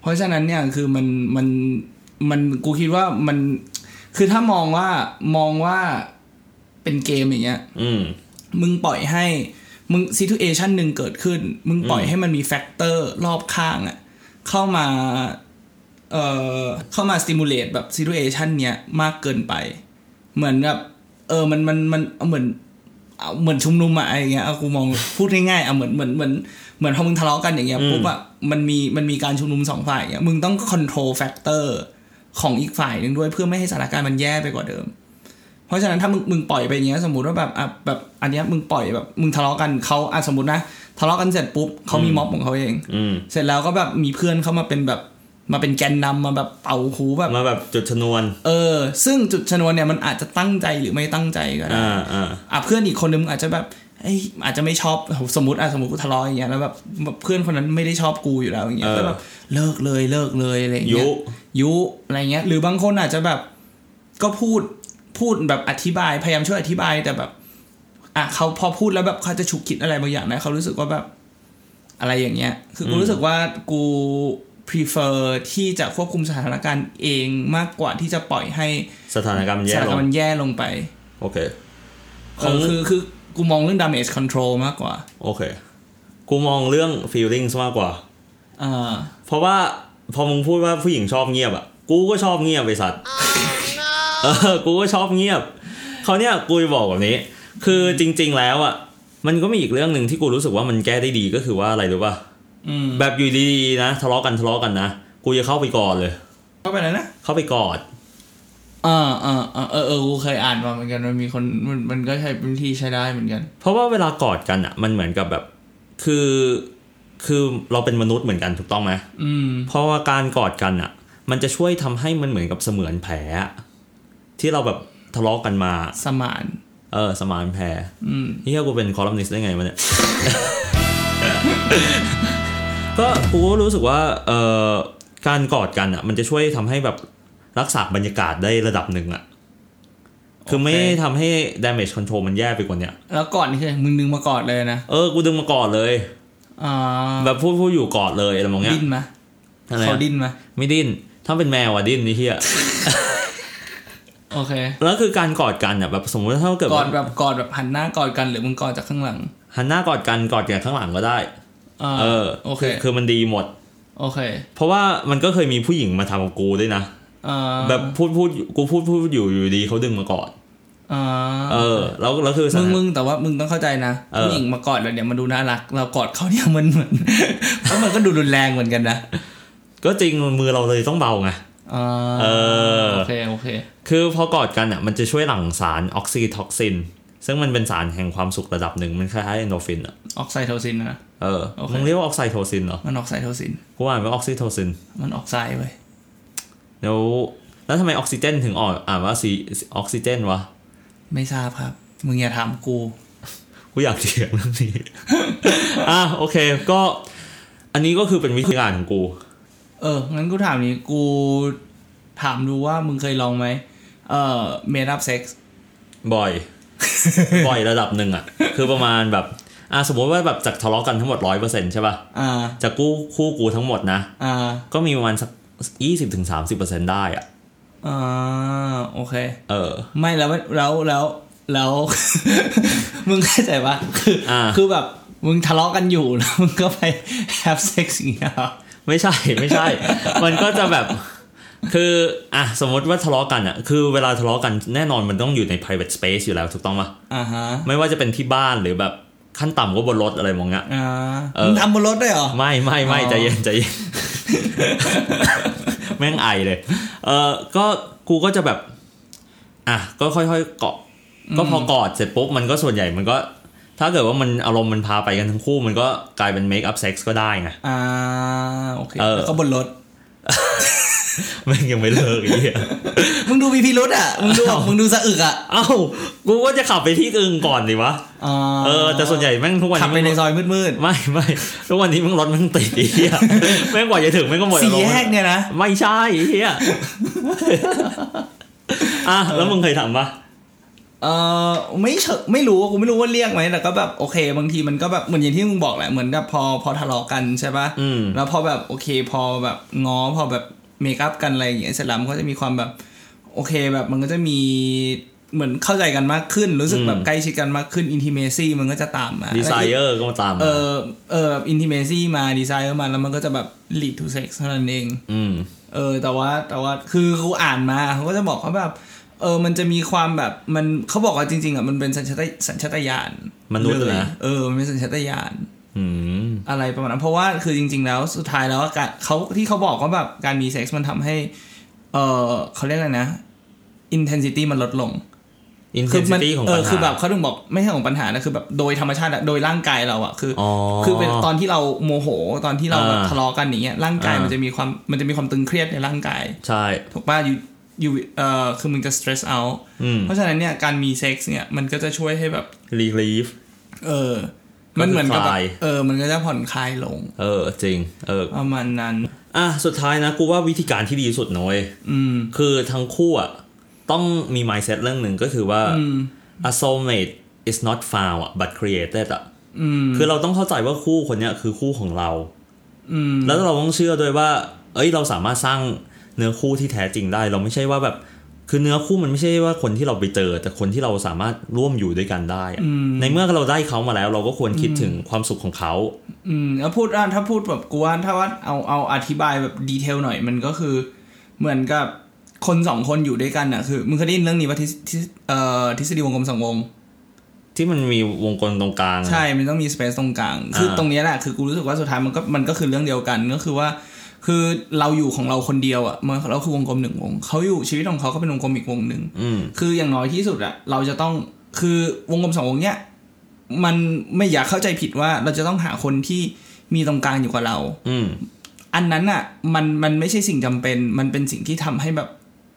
เพราะฉะนั้นเนี่ยคือมันมันมันกูคิดว่ามันคือถ้ามองว่ามองว่าเป็นเกมอย่างเงี้ย อืม มึงปล่อยให้มึงซีทูเอชันหนึ่งเกิดขึ้น มึงปล่อยให้มันมีแฟกเตอร์รอบข้างอะเข้ามาเอ่อเข้ามาสติมูลเลตแบบซีทูเอชันเนี้ยมากเกินไป เหมือนแบบเออมันมันมันเหมือนเอาเหมือนชุมนุมอะอะไรอย่างเงี้ยเอากูมองพูดง่ายๆเอาเหมือนเหมือนเหมือนเหมือนพอมึงทะเลาะกันอย่างเงี้ย อืม ปุ๊บอะมันมีมันมีการชุมนุมสองฝ่ายอย่างเงี้ยมึงต้องคอนโทรลแฟกเตอร์ของอีกฝ่ายหนึ่งด้วยเพื่อไม่ให้สถานการณ์มันแย่ไปกว่าเดิม เพราะฉะนั้นถ้ามึงมึงปล่อยไปอย่างเงี้ยสมมติว่าแบบอ่ะแบบอันเนี้ยมึงปล่อยแบบมึงทะเลาะกันเขาอ่ะสมมตินะทะเลาะกันเสร็จปุ๊บเขามีม็อบของเขาเอง อืม เสร็จแล้วก็แบบมีเพื่อนเขามาเป็นแบบมาเป็นแกนนำมาแบบเป่าหูแบบ มาแบบจุดชนวน เออ ซึ่งจุดชนวนเนี่ยมันอาจจะตั้งใจหรือไม่ตั้งใจก็ได้ อ่า อ่า อ่ะเพื่อนอีกคนนึงอาจจะแบบเอ้ยอาจจะไม่ชอบสมมติอ่ะสมมติกูทะเลาะอย่างเงี้ยแล้วแบบแบบเพื่อนคนนั้นไม่ได้ชอบกูอยู่แล้วอย่างเงี้ย เออ ก็แบบเลิกเลยเลิกเลยอะไรอย่างเงี้ ยุ ย ยุอะไรเงี้ย หรือบางคนอาจจะแบบก็พูดพูดแบบอธิบาย พยายามช่วยอธิบายแต่แบบอ่ะเขาพอพูดแล้วแบบเขาจะฉุกคิดอะไรบางอย่างนะเขารู้สึกว่าแบบอะไรอย่างเงี้ย คือกู อืม รู้สึกว่ากู prefer ที่จะควบคุมสถานการณ์เองมากกว่าที่จะปล่อยให้ สถานการณ์มัน ส แย่ ถาน ล การ ง ณ์มันแย่ลงไป โอเค เออคือคือกูมองเรื่อง damage control มากกว่า โอเค กูมองเรื่อง feelings มากกว่า อ่า เพราะว่า พอมึงพูดว่าผู้หญิงชอบเงียบอ่ะ กูก็ชอบเงียบไอสัตว์ เออ กูก็ชอบเงียบ เขาวเนี่ยกูจะบอกแบบนี้ คือจริง ๆ แล้วอ่ะ มันก็มีอีกเรื่องหนึ่งที่กูรู้สึกว่ามันแก้ได้ดีก็คือว่าอะไรรู้ป่ะ อืม แบบอยู่ดีๆนะทะเลาะกันทะเลาะกันนะ กูจะเข้าไปกอดเลย ก็ไปแล้วนะ เข้าไปกอด อ่าอ่าอ่าเออเออกูเคยอ่านมาเหมือนกันมันมีคนมันมันก็ใช้วิธีใช้ได้เหมือนกัน เพราะว่าเวลากอดกันอ่ะ มันเหมือนกับแบบ คือ คือเราเป็นมนุษย์เหมือนกันถูกต้องไหม อืม เพราะว่าการกอดกันอ่ะ มันจะช่วยทำให้มันเหมือนกับเสมือนแผลอะที่เราแบบทะเลาะกันมา สมาน เออ สมานแผล อืม เฮียกูเป็นคอลัมนิสต์ได้ไงวะเนี่ย ก็กูก็รู้สึกว่า เออการกอดกันอ่ะ มันจะช่วยทำให้แบบรักษาบรรยากาศได้ระดับหนึ่งอ่ะ คือไม่ โอเค ทำให้ damage control มันแย่ไปกว่าเนี้ย แล้วก่อนนี่คือมึงดึงมาก่อนเลยนะ เออ กูดึงมากอดเลย อ่า แบบพูดพูดอยู่กอดเลยอะไรมองเงี้ย ดิ้นมา อะไร เขา อะ ดิ้นมา ไม่ดิ้น ถ้าเป็นแมวอะดิ้นนี่เฮีย โอเค แล้วคือการกอดกันอ่ะแบบสมมติว่าถ้าเกิด กอ ว่า ดแบบกอดแบบหันหน้ากอดกันหรือมึงกอดจากข้างหลัง หันหน้ากอดกันกอดกันข้างหลังก็ได้ อ่า เออ โอเค คือมันดีหมด โอเค เพราะว่ามันก็เคยมีผู้หญิงมาทำกับกูด้วยนะ อ่า แบบพูดพูดกูพูดพูดอยู่อยู่ดีเขาดึงมากอด อ่า เออ แล้วแล้วคือส มึ ถางน มึงแต่ว่ามึงต้องเข้าใจนะ เออ ผู้หญิงมากอดแล้วเนี่ยมันดูน่ารัก เรากอดเขาเนี่ย มันเหมือน แล้วมันก็ดูรุนแรงเหมือนกันนะ ก็จริงมือเราเลยต้องเบาไง อ่า เออ โอเคโอเค คือพอกอดกันอ่ะมันจะช่วยหลั่งสารออกซิโทอกซิน ซึ่งมันเป็นสารแห่งความสุขระดับหนึ่งมันคล้ายๆเอนโดรฟินอ่ะ ออกไซโทซินนะ เออ โอเค มึงเรียกว่าออกไซโทซินเหรอ มันออกไซโทซิน กูอ่านว่าออกซิโทซิน มันออกไซด์เว้ย แล้วแล้วทำไมออกซิเจนถึงออกอ่านว่าซีออกซิเจนวะ ไม่ทราบครับ มึงอย่าถามกู กูอยากเถียงเรื่องนี้ อ่ะโอเค ก็อันนี้ก็คือเป็นวิธีการของกู เออ งั้นกูถามนี้ กูถามดูว่ามึงเคยลองไหม เอ่อ เมดอัพเซ็กซ์ บ่อย บ่อยระดับหนึ่งอ่ะ คือประมาณแบบอ่ะสมมติว่าแบบจากทะเลาะกันทั้งหมดร้อยเปอร์เซ็นต์ใช่ป่ะ อ่า จากกู้คู่กูทั้งหมดนะ อ่า ก็มีประมาณสักยี่สิบถึงสามสิบเปอร์เซ็นต์ได้อ่ะ อ่า โอเค เออ ไม่แล้วแล้วแล้วแล้ว มึงเข้าใจปะคืออา คือแบบมึงทะเลาะกันอยู่แล้วมึงก็ไป have sex อย่างเงี้ยเหรอ ไม่ใช่ ไม่ใช่ มันก็จะแบบ คืออ่ะสมมติว่าทะเลาะกันอ่ะ คือเวลาทะเลาะกันแน่นอนมันต้องอยู่ใน private space อยู่แล้วถูกต้องปะ อ่าฮะ ไม่ว่าจะเป็นที่บ้านหรือแบบขั้นต่ำก็บนรถอะไรมองเงี้ย อ่า เออ มึงทำบนรถด้วยเหรอ ไม่ไม่ไม่ อ๋อ ใจเย็นใจเย็น แม่งไอเลย เออก็กูก็จะแบบ อ่ะก็ค่อยๆเกาะ ก็พอกอดเสร็จปุ๊บมันก็ส่วนใหญ่มันก็ ถ้าเกิดว่ามันอารมณ์มันพาไปกันทั้งคู่ มันก็กลายเป็น make up sex ก็ได้ไง อ่าโอเค เออ แล้วก็บนรถ แม่งยังไม่เลิกไอ้เหี้ย มึงดูมีพิรุษอ่ะ มึงดูแบบมึงดูสะอึกอ่ะ เอ้า กูก็จะขับไปที่อื่นก่อนดิวะ า เออ แต่ส่วนใหญ่แม่งทุกวัน ขับ นี้ ไปใน มึง ซอยมืด ไม่ไม่ทุกวันนี้มึงรถมึงติดไอ้เหี้ยแม่งกว่าจะถึงแม่งก็หมด ๆ อา สี่ รมณ์ แยกเนี่ยนะ ไม่ใช่ไอ้เหี้ยอ่ะแล้วมึงเคยทำปะ เออไม่เฉยไม่รู้อะกูไม่รู้ว่าเรียกไหมแต่ก็แบบโอเคบางทีมันก็แบบเหมือนอย่างที่มึงบอกแหละเหมือนกับพอพอทะเลาะกันใช่ปะ อืม แล้วพอแบบโอเคพอแบบง้อพอแบบเมคอัพกันอะไรอย่างเงี้ยเสร็จแล้วมันก็จะมีความแบบโอเคแบบมันก็จะมีเหมือนเข้าใจกันมากขึ้น รู้สึก อืม แบบใกล้ชิดกันมากขึ้นอินทิเมซี่มันก็จะตามมา ดีไซเออร์ก็มาตาม เออเออแบบอินทิเมซี่มาดีไซน์มาแล้วมันก็จะแบบ lead to sex เท่านั้นเอง อืม เออแต่ว่าแต่ว่าคือครูอ่านมาเขาก็จะบอกว่าแบบเออมันจะมีความแบบมันเขาบอกว่าจริงๆอ่ะมันเป็นสัญชาตสัญชาตญาณ มนุษย์ เลย นะ เออมันเป็นสัญชาตญาณ อืม อะไรประมาณนั้นเพราะว่าคือจริง ๆ แล้วสุดท้ายแล้วอะการเขาที่เขาบอกว่าแบบการมีเซ็กซ์มันทำให้ เออเขาเรียกอะไรนะอินเทนซิตี้มันลดลง อินเท คื น มั ซิตี้ของ เอ ปั อ ญ คือแบบ หา เขาถึงบอกไม่ใช่ของปัญหานะคือแบบโดยธรรมชาติอะโดยร่างกายเราอะคืออ อ คือเป็นตอนที่เราโมโหตอนที่เราแบบ อ่า ทะเลาะกันอย่างเงี้ยร่างกาย อ่ามั มันจะมีความมันจะมีความตึงเครียดในร่างกาย ใช่ ถูกป่ะอยู่อยู่เออคือมึงจะ stress out อืม เพราะฉะนั้นเนี่ยการมีเซ็กซ์เนี่ยมันก็จะช่วยให้แบบ รีลีฟ เออ มันเหมือนกับแบบก็คือคลาย เออ มันก็จะผ่อนคลายลง เออ จริง เออ ประมาณนั้น อ่ะ สุดท้ายนะ กูว่าวิธีการที่ดีที่สุดนะเว้อย อืม คือทั้งคู่อ่ะ ต้องมี mindset เรื่องหนึ่งก็คือว่า อืม a soulmate is not found อ่ะ but created อ่ะ อืม คือเราต้องเข้าใจว่าคู่คนเนี้ยคือคู่ของเรา อืม แล้วเราต้องเชื่อด้วยว่า เอ้ย เราสามารถสร้างเนื้อคู่ที่แท้จริงได้ เราไม่ใช่ว่าแบบ คือเนื้อคู่มันไม่ใช่ว่าคนที่เราไปเจอ แต่คนที่เราสามารถร่วมอยู่ด้วยกันได้อะ อืม ในเมื่อเราได้เขามาแล้ว เราก็ควรคิดถึงความสุขของเขา อืมแล้วพูดอ่ะถ้าพูดแบบกูว่าถ้าว่าเอาเอาอธิบายแบบดีเทลหน่อยมันก็คือ เหมือนกับคนสองคนอยู่ด้วยกันอ่ะคือมึงเคยได้ยินเรื่องนี้ว่าทฤษทฤษเอ่อทฤษฎีวงกลมสองวง ที่มันมีวงกลมตรงกลางอะ ใช่ มันต้องมีสเปซตรงกลาง คืออา ตรงเนี้ยแหละ คือกูรู้สึกว่าสุดท้ายมันก็มันก็คือเรื่องเดียวกันก็คือว่า คือเราอยู่ของเราคนเดียวอ่ะมันเราคือวงกลมหนึ่งวง เขาอยู่ชีวิตของเขาก็เป็นวงกลมอีกวงหนึ่ง อืม คืออย่างน้อยที่สุดอะเราจะต้องคือวงกลมสองวงเนี้ยมันไม่อยากเข้าใจผิดว่าเราจะต้องหาคนที่มีตรงกลางอยู่กับเรา อืม อันนั้นอะมันมันไม่ใช่สิ่งจำเป็น มันเป็นสิ่งที่ทำให้แบบ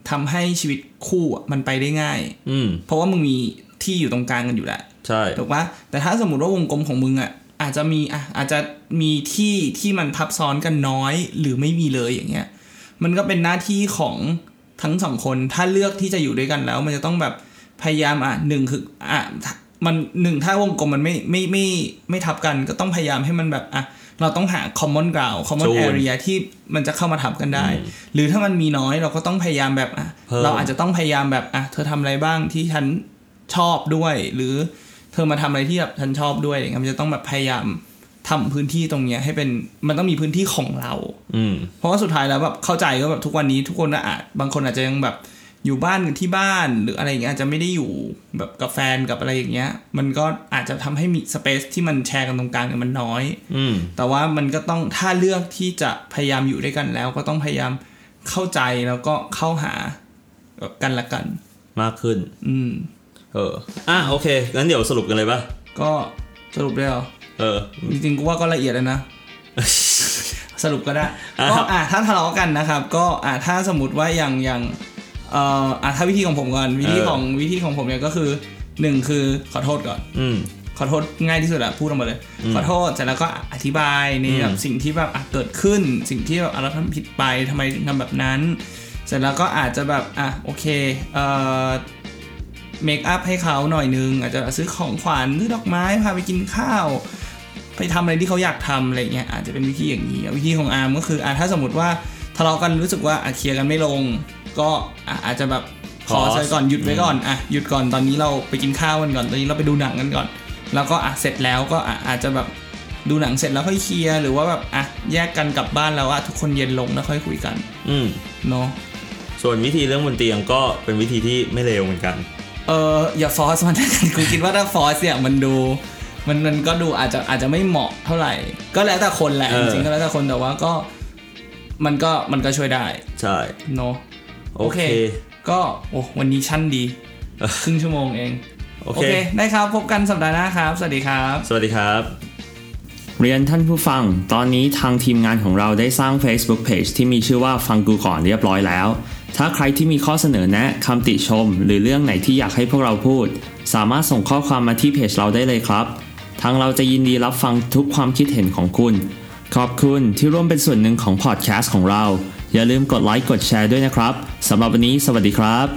ทำให้ชีวิตคู่อะมันไปได้ง่าย อืม เพราะว่ามึงมีที่อยู่ตรงกลางกันอยู่แล้ว ใช่ ถูกปะแต่ถ้าสมมติว่าวงกลมของมึงอะอาจจะมีอะอาจจะมีที่ที่มันทับซ้อนกันน้อยหรือไม่มีเลยอย่างเงี้ย มันก็เป็นหน้าที่ของทั้งสองคนถ้าเลือกที่จะอยู่ด้วยกันแล้ว มันจะต้องแบบพยายามอ่ะหนึ่งคืออ่ะถ้ามันหนึ่งถ้าวงกลมมันไม่ไม่ไม่ไม่ทับกันก็ต้องพยายามให้มันแบบอ่ะเราต้องหา common ground common จูน area ที่มันจะเข้ามาทับกันได้ หรือถ้ามันมีน้อยเราก็ต้องพยายามแบบอ่ะ เพิ่ม เราอาจจะต้องพยายามแบบอ่ะเธอทำอะไรบ้างที่ฉันชอบด้วย หรือเธอมาทำอะไรที่แบบฉันชอบด้วยอะไรเงี้ยมันจะต้องแบบพยายามทำพื้นที่ตรงเนี้ยให้เป็นมันต้องมีพื้นที่ของเรา อืม เพราะว่าสุดท้ายแล้วแบบเข้าใจก็แบบทุกวันนี้ทุกคนอาจบางคนอาจจะยังแบบอยู่บ้านกับที่บ้านหรืออะไรอย่างเงี้ยอาจจะไม่ได้อยู่แบบกับแฟนกับอะไรอย่างเงี้ย มันก็อาจจะทำให้มีสเปซที่มันแชร์กันตรงกลางเนี่ยมันน้อย อืม แต่ว่ามันก็ต้องถ้าเลือกที่จะพยายามอยู่ด้วยกันแล้ว ก็ต้องพยายาม เข้าใจแล้วก็เข้าหากันละกัน มากขึ้น อืม เออ อ่ะโอเค งั้นเดี๋ยวสรุปกันเลยป่ะ ก็สรุปได้เหรอ เออ จริงๆกูว่าก็ละเอียดแล้วนะ สรุปก็ได้ ก็ ครับ อ่ะถ้าทะเลาะกันนะครับ ก็อ่ะถ้าสมมติว่าอย่างอย่างเอ่ออ่ะถ้าวิธีของผมก่อนวิธีของวิธีของผมเนี่ยก็คือหนึ่งคือขอโทษก่อน อืม ขอโทษง่ายที่สุดอะพูดออกมาเลย ขอโทษเสร็จแล้วก็อธิบายในแบ อื บ ม สิ่งที่แบบอ่ะเกิดขึ้น สิ่งที่แบบอ่ะเราทำผิดไปทำไมถึงทำแบบนั้น เสร็จแล้วก็อาจจะแบบอ่ะโอเคเอ่อเมคอัพให้เขาหน่อยนึง อาจจะซื้อของขวัญซื้อดอกไม้พาไปกินข้าว ไปทำอะไรที่เขาอยากทำอะไรเงี้ยอาจจะเป็นวิธีอย่างนี้วิธีของอาร์มก็คืออ่ะถ้าสมมติว่าทะเลาะกันรู้สึกว่าอ่ะเคลียร์กันไม่ลง ก็อ่ะอาจจะแบบขอ Pause ใช้ก่อนหยุดไว้ก่อนอ่ะหยุดก่อนตอนนี้เราไปกินข้าวกันก่อนตอนนี้เราไปดูหนังกันก่อน แล้วก็อ่ะเสร็จแล้วก็อ่ะอาจจะแบบดูหนังเสร็จแล้วค่อยเคลียร์หรือว่าแบบอ่ะแยกกันกลับบ้านแล้วอ่ะทุกคนเย็นลงแล้วค่อยคุยกัน อืม เนาะ ส่วนวิธีเรื่องบนเตียงก็เป็นวิธีที่ไม่เลวเหมือนกัน เอออย่าฟอสมัน กูคิดว่าถ้าฟอสเนี่ยมันดูมันมันก็ดูอาจจะอาจจะไม่เหมาะเท่าไหร่ ก็แล้วแต่คนแหละ เอ จ อ ริงๆก็แล้วแต่คนแต่ว่าก็มันก็มันก็ช่วยได้ ใช่ เนาะ โอเค ก็โอ้วันนี้ชั่น ดี เออ ครึ่งชั่วโมงเอง โอ โอ เค เค ได้ครับ พบกันสัปดาห์หน้าครับ สวัสดีครับ สวัสดีครับ เรียนท่านผู้ฟัง ตอนนี้ทางทีมงานของเราได้สร้าง Facebook Page ที่มีชื่อว่าฟังกูก่อนเรียบร้อยแล้ว ถ้าใครที่มีข้อเสนอแนะคำติชม หรือเรื่องไหนที่อยากให้พวกเราพูด สามารถส่งข้อความมาที่เพจเราได้เลยครับ ทางเราจะยินดีรับฟังทุกความคิดเห็นของคุณ ขอบคุณที่ร่วมเป็นส่วนหนึ่งของพอดแคสต์ของเรา อย่าลืมกดไลค์กดแชร์ด้วยนะครับสำหรับวันนี้สวัสดีครับ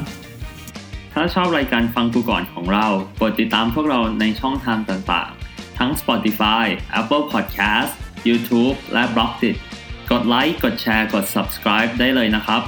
ถ้าชอบรายการฟังกูก่อนของเราโปรดติดตามพวกเราในช่องทางต่างๆ ทั้ง Spotify, Apple Podcast, YouTube และ b l o g d i t กดไลค์ กดแชร์ กด subscribe ได้เลยนะครับ